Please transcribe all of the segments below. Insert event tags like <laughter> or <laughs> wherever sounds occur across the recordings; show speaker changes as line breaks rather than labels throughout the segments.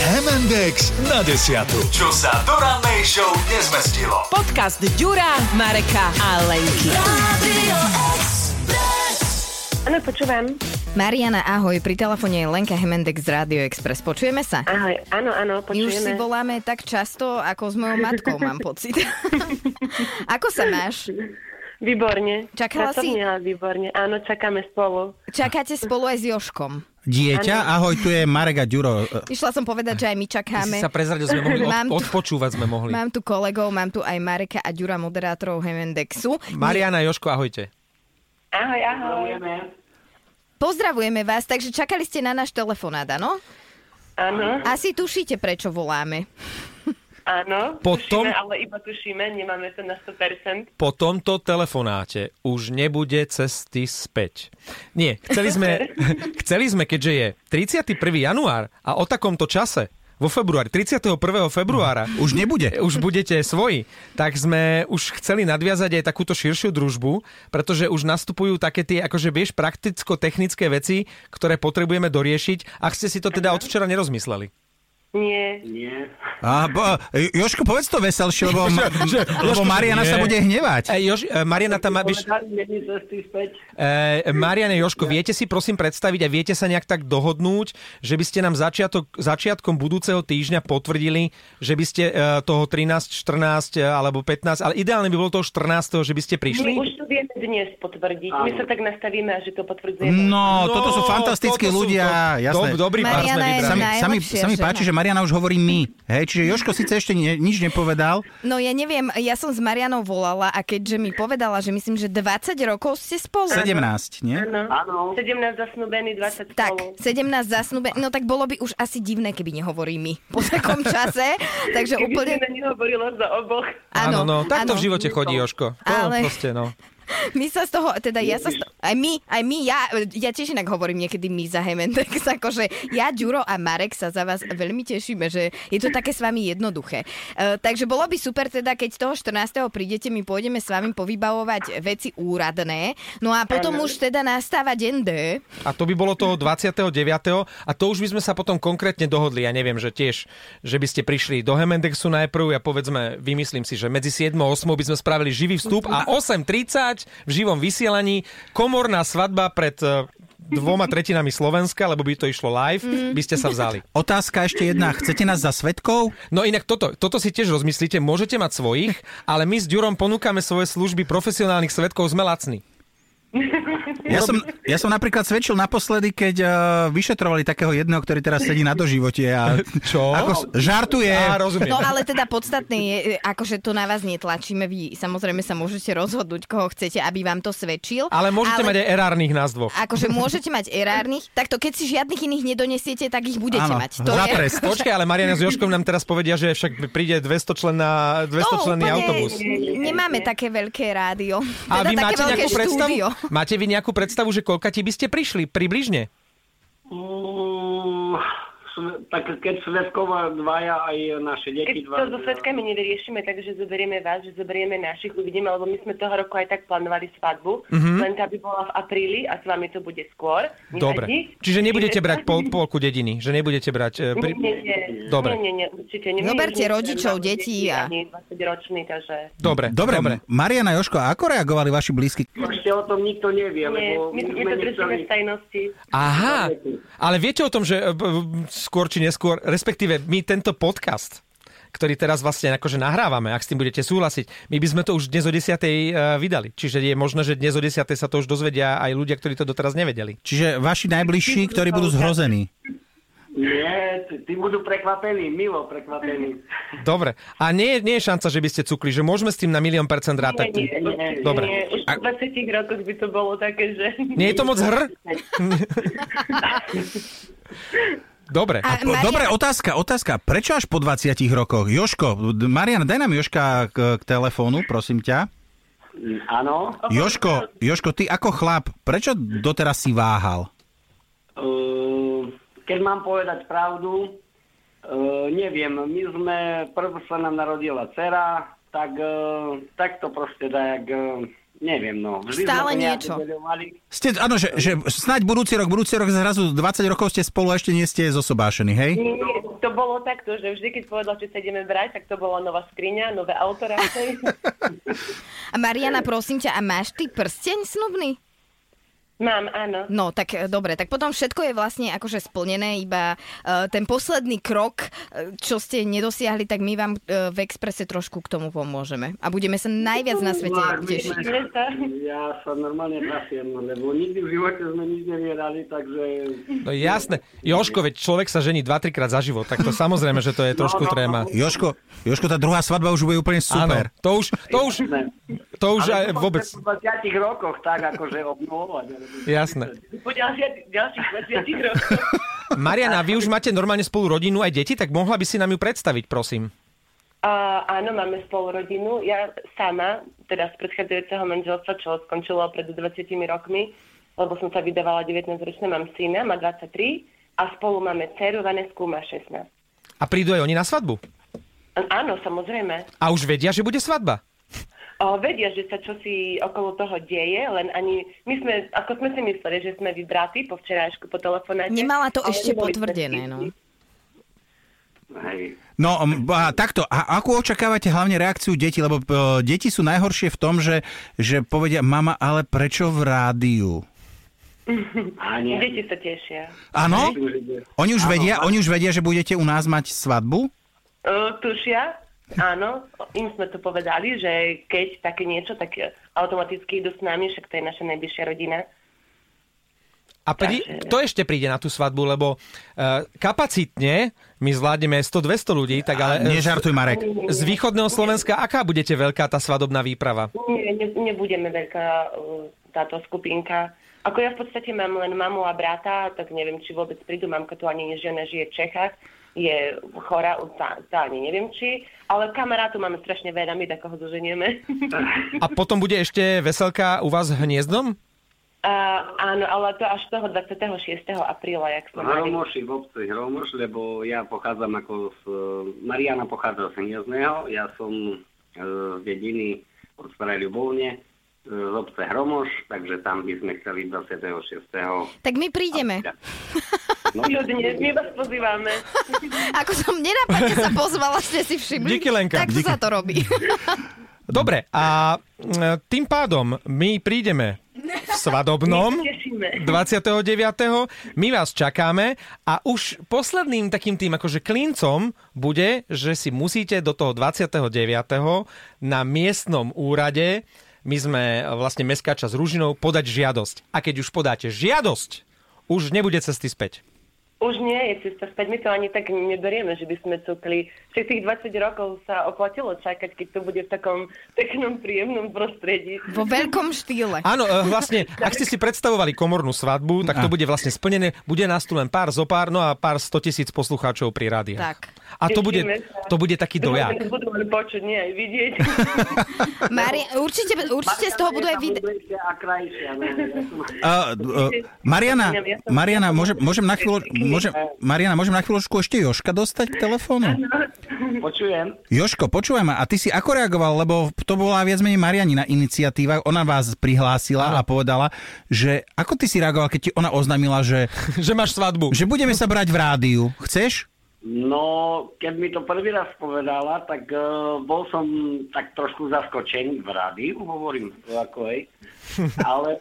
Index na desiatu. Čo sa do rannej show nezmestilo.
Podcast Ďura, Mareka a Lenky.
Áno, počúvam.
Mariana, ahoj, pri telefóne je Lenka Hemendek z Radio Express. Počujeme sa?
Ahoj, áno, áno,
Už si
počujeme.
voláme tak často, ako s mojou matkou, mám
<laughs>
pocit. ako sa máš?
Výborne.
Čakala si?
Pracovne, ale výborne. Áno, čakáme spolu.
Čakáte spolu aj s Joškom.
Dieťa, ahoj, tu je Marek a Ďuro.
Išla som povedať, že aj my čakáme.
Si sa prezradil, sme mohli
Mám tu-
od, odpočúvať, sme mohli.
Mám tu kolegov, mám tu aj Mareka a Ďura, moderátorov Hemendexu.
Mariana, Joško, ahojte.
Ahoj, ahoj.
Pozdravujeme vás, takže čakali ste na náš telefonát, áno?
Áno,
Asi tušíte, prečo voláme.
áno.
Potom-
Tušíme, ale iba tušíme, nemáme to na 100%.
Po tomto telefonáte už nebude cesty späť. Nie, chceli sme, <laughs> chceli sme keďže je 31. január a o takomto čase, vo februári, 31. februára,
Mhm.
Už nebude.
už budete svoji, tak sme už chceli nadviazať aj takúto širšiu družbu, pretože už nastupujú také tie, akože vieš, prakticko-technické veci, ktoré potrebujeme doriešiť, ak ste si to teda od včera nerozmysleli.
Nie.
A, bo, Joško, povedz to veselšie,
<laughs>
lebo, lebo Mariana
nie.
sa bude hnevať.
E, Jož, e, Mariana tam má, vieš, E, Mariane Joško, viete si prosím predstaviť a viete sa nejak tak dohodnúť, že by ste nám začiatok, začiatkom budúceho týždňa potvrdili, že by ste e, toho 13, 14 e, alebo 15, ale ideálne by bolo toho 14, že by ste
My
prišli.
už to vieme dnes potvrdiť. My sa tak nastavíme, že to potvrdzujeme.
No, toto sú fantastickí
toto sú
ľudia,
do-
jasné.
do- Dobrý pár sme
Mariana je
vybrali.
Sami, sami,
Najlepšia
sami
žena.
páči, že Mariana už hovorí my. Hej, čiže Joško síce ešte ne, nič nepovedal.
No ja neviem, ja som s Marianou volala a keďže mi povedala, že myslím, že 20 rokov ste spolu.
17, nie?
Áno. 17 zasnúbený, 20 spolu.
Tak, 17 zasnúbe. No tak bolo by už asi divné, keby nehovorí mi po
<laughs>
takom čase. Takže
Keby
úplne...
si na nehovorilo za oboch.
Áno, no, takto
áno.
v živote chodí Joško. To
Ale-
proste, no.
My sa z toho, teda ja sa z toho, aj my, aj my, ja, ja tiež inak hovorím niekedy my za Hemendex, <laughs> akože ja, Ďuro a Marek sa za vás veľmi tešíme, že je to také s vami jednoduché. E, takže bolo by super teda, keď toho 14. prídete, my pôjdeme s vami povybavovať veci úradné, no a potom už teda nastáva deň D.
A to by bolo toho 29. A to už by sme sa potom konkrétne dohodli. Ja neviem, že tiež, že by ste prišli do Hemendexu najprv a povedzme, vymyslím si, že medzi 7 a 8 by sme spravili živý vstup a 8.30 v živom vysielaní komorná svadba pred eh, dvoma tretinami Slovenska, lebo by to išlo live,
Mhm.
by ste sa vzali.
Otázka ešte jedna. Chcete nás za svetkov?
No inak toto, toto si tiež rozmyslíte, môžete mať svojich, ale my s Ďurom ponúkame svoje služby profesionálnych svetkov, sme lacní.
Ja som, ja som napríklad svedčil naposledy, keď uh, vyšetrovali takého jedného, ktorý teraz sedí na doživote. A,
<laughs> Čo?
Ako, s- žartuje.
Á, rozumiem.
No ale teda podstatné je, e, akože to na vás netlačíme, vy samozrejme sa môžete rozhodnúť, koho chcete, aby vám to svedčil.
Ale môžete mať e- aj erárnych nás dvoch.
akože môžete mať erárnych, tak to keď si žiadnych iných nedonesiete, tak ich budete
Áno,
mať. <laughs> To
za
je-
trest.
Počkaj, ale Mariana s Joškom nám teraz povedia, že však príde 200 členná, 200
To No, úplne
členný autobus.
Nemáme také veľké rádio.
A
teda
vy
také
máte
veľké
nejakú predstavu?
štúdio.
Máte vy nejakú predstavu, že koľka ti by ste prišli? Približne?
Mm, sve- tak keď svetkova dvaja aj naše
Keď
deti
to
dva.
so svetkami nedoriešime, takže zoberieme vás, že zoberieme našich, uvidíme, lebo my sme toho roku aj tak plánovali svadbu,
Mhm.
len tá by bola v apríli a s vami to bude skôr.
Dobre.
Nevadí.
Čiže nebudete
Čiže-
brať pol, polku dediny? Že nebudete brať... e,
Nie, nie, nie.
Dobre.
Nie, nie, nie, určite. Nie, My
Zoberte
už nie
rodičov,
máme
detí a-
Ani 20 ročný, takže...
Dobre,
Dobre,
dobre.
Mariana, Joško, ako reagovali vaši blízky?
Ešte o tom nikto nevie,
Nie,
lebo
my, my to držíme v tajnosti.
Aha, ale viete o tom, že e, b- b- skôr či neskôr, respektíve my tento podcast ktorý teraz vlastne akože nahrávame, ak s tým budete súhlasiť. My by sme to už dnes o 10. e, vydali. Čiže je možné, že dnes o 10. sa to už dozvedia aj ľudia, ktorí to doteraz nevedeli.
Čiže vaši najbližší, ktorí budú zhrození.
Nie, t- tí budú prekvapení, milo prekvapení.
Dobre. A nie, je- nie je šanca, že by ste cukli, že môžeme s tým na milión percent rátať.
Nie, nie, nie,
Dobre.
Nie, už
A-
v 20 rokoch by to bolo také, že...
Nie je to moc hr? Dobre.
A Marian,
Dobre, otázka, otázka. Prečo až po 20 rokoch? Joško, d- Marian, daj nám Joška k, k telefónu, prosím ťa.
Mm, Áno,
Joško, Joško, ty ako chlap, prečo doteraz si váhal?
Eh, keď mám povedať pravdu, eh, neviem, my sme, prv sa nám narodila dcera, tak, eh, tak to proste tak, eh, neviem, no. Vždy
Stále
sme peniaze
niečo.
deľovali.
Ste, áno, že, že snáď budúci rok, budúci rok zrazu 20 rokov ste spolu a ešte nie ste zosobášení, hej?
Nie, nie, to bolo takto, že vždy, keď povedal, že sa ideme brať, tak to bola nová skriňa, nové auto radšej.
A Mariana, prosím ťa, a máš ty prsteň snubný?
Mám, áno.
No, tak e, dobre, tak potom všetko je vlastne akože splnené, iba e, ten posledný krok, e, čo ste nedosiahli, tak my vám e, v Expresse trošku k tomu pomôžeme. A budeme sa najviac na svete
No, ak by
tešiť.
sme-
Ideme sa.
Ja sa normálne trafiem, lebo nikdy v živote sme nič nevierali, takže...
No jasné. Joško, veď človek sa žení 2-3 krát za život, tak to samozrejme, že to je trošku
no, no.
tréma.
Joško, Joško, tá druhá svadba už bude úplne super.
Áno, to už, to už, to už aj
Ale
vôbec,
Po 20 rokoch tak akože obnovovať. alebo-
jasné.
Po ďalšia- ďalších 20 rokov.
Mariana, vy už máte normálne spolu rodinu aj deti, tak mohla by si nám ju predstaviť, prosím.
A, áno, máme spolu rodinu. Ja sama, teda z predchádzajúceho manželstva, čo skončilo pred 20 rokmi, lebo som sa vydávala 19-ročná, mám syna, má 23 a spolu máme dceru, Vanesku má 16.
A prídu aj oni na svadbu.
A- Áno, samozrejme.
A už vedia, že bude svadba.
O, vedia, že sa čosi okolo toho deje, len ani... My sme, ako sme si mysleli, že sme vybratí po včerajšku, po telefonáte.
Nemala to
ale
ešte
neboli sme
potvrdené,
si
no.
istí.
Hej.
No m, a takto, a akú očakávate hlavne reakciu detí? Lebo e, deti sú najhoršie v tom, že, že povedia, mama, ale prečo v rádiu?
A nie.
Deti sa tešia.
Áno?
Myslím, že nie.
Oni už, vedia, oni už vedia, že budete u nás mať svadbu?
Uh, tušia, áno, im sme to povedali, že keď také niečo, tak automaticky idú s nami, však to je naša najbližšia rodina.
A pri,
Takže-
kto ešte príde na tú svadbu, lebo uh, kapacitne my zvládneme 100-200 ľudí, tak ale e,
Nežartuj, Marek.
z východného Slovenska, aká budete veľká tá svadobná výprava?
Nie, ne, nebudeme veľká uh, táto skupinka. Ako ja v podstate mám len mamu a brata, tak neviem, či vôbec prídu. Mamka tu ani nežije, ona žije v Čechách, je chora, tá, tá ani neviem či. Ale kamarátu máme strašne veľa, my tak ho zoženieme.
A potom bude ešte veselka u vás hniezdom?
Uh, áno, ale to až toho 26. apríla, jak sme mali.
Hromoši v obci Hromoš, lebo ja pochádzam ako z... e, Mariana pochádza z Hniezného, ja som e, z dediny od Starej Ľubovne, e, z obce Hromoš, takže tam by sme chceli 26.
Tak my prídeme.
No,
Ľudne, my vás pozývame.
Ako som nenapadne sa pozvala, ste si všimli.
Díky, Lenka.
Tak to
Díky.
sa to
<laughs>
robí.
Dobre, a e, tým pádom my prídeme v svadobnom
My sa tešíme.
29. My vás čakáme a už posledným takým tým akože klincom bude, že si musíte do toho 29. na miestnom úrade, my sme e, vlastne mestská časť Ružinou, podať žiadosť. A keď už podáte žiadosť, už nebude cesty späť.
Už nie je cesta späť, my to ani tak neberieme, že by sme cukli. Však tých 20 rokov sa oplatilo čakať, keď to bude v takom peknom, príjemnom prostredí.
Vo veľkom štýle.
Áno, e, vlastne, ak ste si predstavovali komornú svadbu, tak to bude vlastne splnené. Bude nás tu len pár zopár, no a pár 100 tisíc poslucháčov pri rádiách.
Tak.
A to bude,
Tešíme sa.
to bude taký
Dúfam, že
dojak.
<laughs> to Budú len počuť, nie aj
<laughs>
vidieť.
Mari- určite, určite z toho budú aj vide-
A krajšia, no, ja som...
Uh, uh, Mariana, Mariana, môžem, môžem na chvíľu, môžem, Mariana, môžem na chvíľočku ešte Joška dostať k telefónu?
Počujem?
Joško, počúvaj ma, a ty si ako reagoval, lebo to bola viac menej Marianina iniciatíva, ona vás prihlásila a povedala, že ako ty si reagoval, keď ti ona oznámila, že,
Že máš svadbu.
že budeme sa brať v rádiu, chceš?
No, keď mi to prvý raz povedala, tak uh, bol som tak trošku zaskočený v rádiu, hovorím to ako hej.
<laughs>
Ale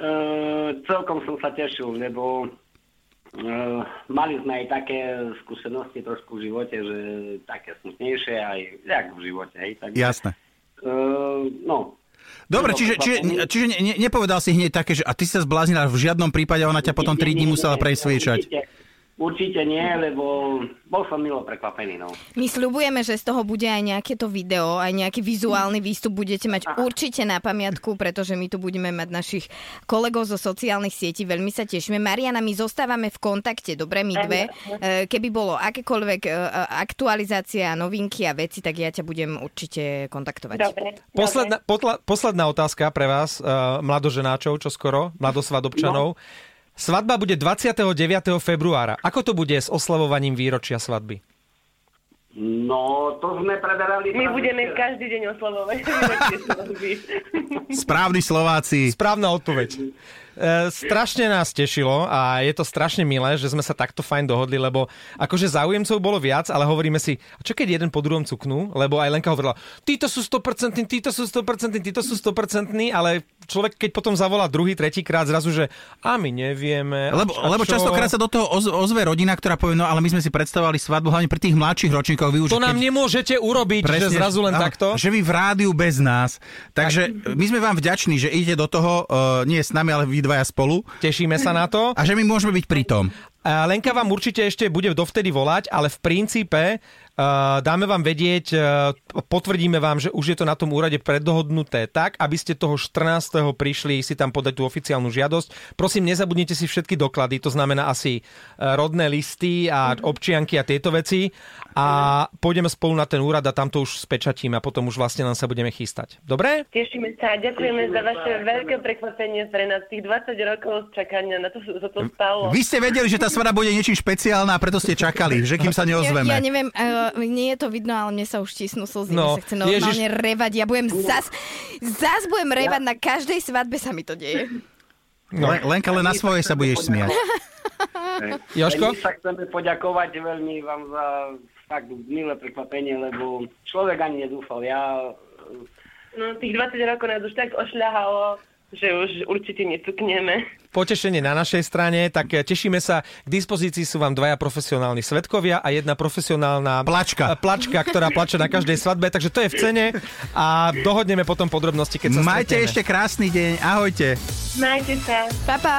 uh, celkom som sa tešil, lebo uh, mali sme aj také skúsenosti trošku v živote, že také smutnejšie aj jak v živote, hej. Tak,
Jasné.
uh, no,
Dobre, čiže, čiže, čiže ne, ne, nepovedal si hneď také, že a ty si sa zbláznila v žiadnom prípade, ona ťa potom 3 dní musela presviečať.
Určite, určite nie, lebo bol som milo prekvapený, no.
My sľubujeme, že z toho bude aj nejaké to video, aj nejaký vizuálny výstup budete mať určite na pamiatku, pretože my tu budeme mať našich kolegov zo sociálnych sietí. Veľmi sa tešíme. Mariana, my zostávame v kontakte, dobre, my dve. E, Keby bolo akékoľvek e, aktualizácia, novinky a veci, tak ja ťa budem určite kontaktovať.
Dobre.
Posledná, potla, posledná otázka pre vás, uh, mladoženáčov, čo skoro, mladosvadobčanov. No. Svadba bude 29. februára. Ako to bude s oslavovaním výročia svadby?
No, to sme preberali...
My
práve
budeme
včera.
každý deň oslovovať. <laughs>
Správni Slováci.
Správna odpoveď. E, strašne nás tešilo a je to strašne milé, že sme sa takto fajn dohodli, lebo akože záujemcov bolo viac, ale hovoríme si, a čo keď jeden po druhom cuknú, lebo aj Lenka hovorila, títo sú 100%, títo sú 100%, títo sú 100%, ale človek keď potom zavolá druhý, tretíkrát zrazu, že a my nevieme. a
Lebo,
č- a
lebo
čo?"
častokrát sa do toho oz, ozve rodina, ktorá povie, no ale my sme si predstavovali svadbu hlavne pri tých mladších ročníkoch. Vy už
To nám
keď-
nemôžete urobiť, že zrazu len
áno,
takto.
Že vy v rádiu bez nás. Takže my sme vám vďační, že idete do toho, uh, nie s nami, ale vy dvaja spolu.
Tešíme sa na to.
A že my môžeme byť pri tom.
A Lenka vám určite ešte bude dovtedy volať, ale v princípe uh, dáme vám vedieť, uh, potvrdíme vám, že už je to na tom úrade preddohodnuté tak, aby ste toho 14. prišli si tam podať tú oficiálnu žiadosť. Prosím, nezabudnite si všetky doklady, to znamená asi uh, rodné listy a občianky a tieto veci a pôjdeme spolu na ten úrad a tam to už spečatíme a potom už vlastne len sa budeme chystať. Dobre?
Tešíme sa a ďakujeme za vaše veľké prekvapenie pre nás. Tých 20 rokov čakania na to, za to stalo.
Vy ste vedeli, že tá svada bude niečím špeciálna a preto ste čakali, že kým sa neozveme.
Ja, ja neviem, uh, nie je to vidno, ale mne sa už tisnú slzy,
No,
no, sa chce normálne
Ježiš.
revať. Ja budem zas, zas budem revať, na každej svadbe sa mi to deje.
Le- Lenka, len na svoje sa budeš smiať.
Joško?
My sa chceme poďakovať veľmi vám za fakt milé prekvapenie, lebo človek ani nedúfal. Ja
No, tých 20 rokov nás už tak ošľahalo, že už určite necukneme.
potešenie na našej strane, tak eh, tešíme sa. K dispozícii sú vám dvaja profesionálni svetkovia a jedna profesionálna
Plačka.
e, plačka, ktorá plače na každej svadbe, takže to je v cene a dohodneme potom podrobnosti, keď sa
Majte
stretneme.
ešte krásny deň, ahojte.
Majte sa.
Pa, pa.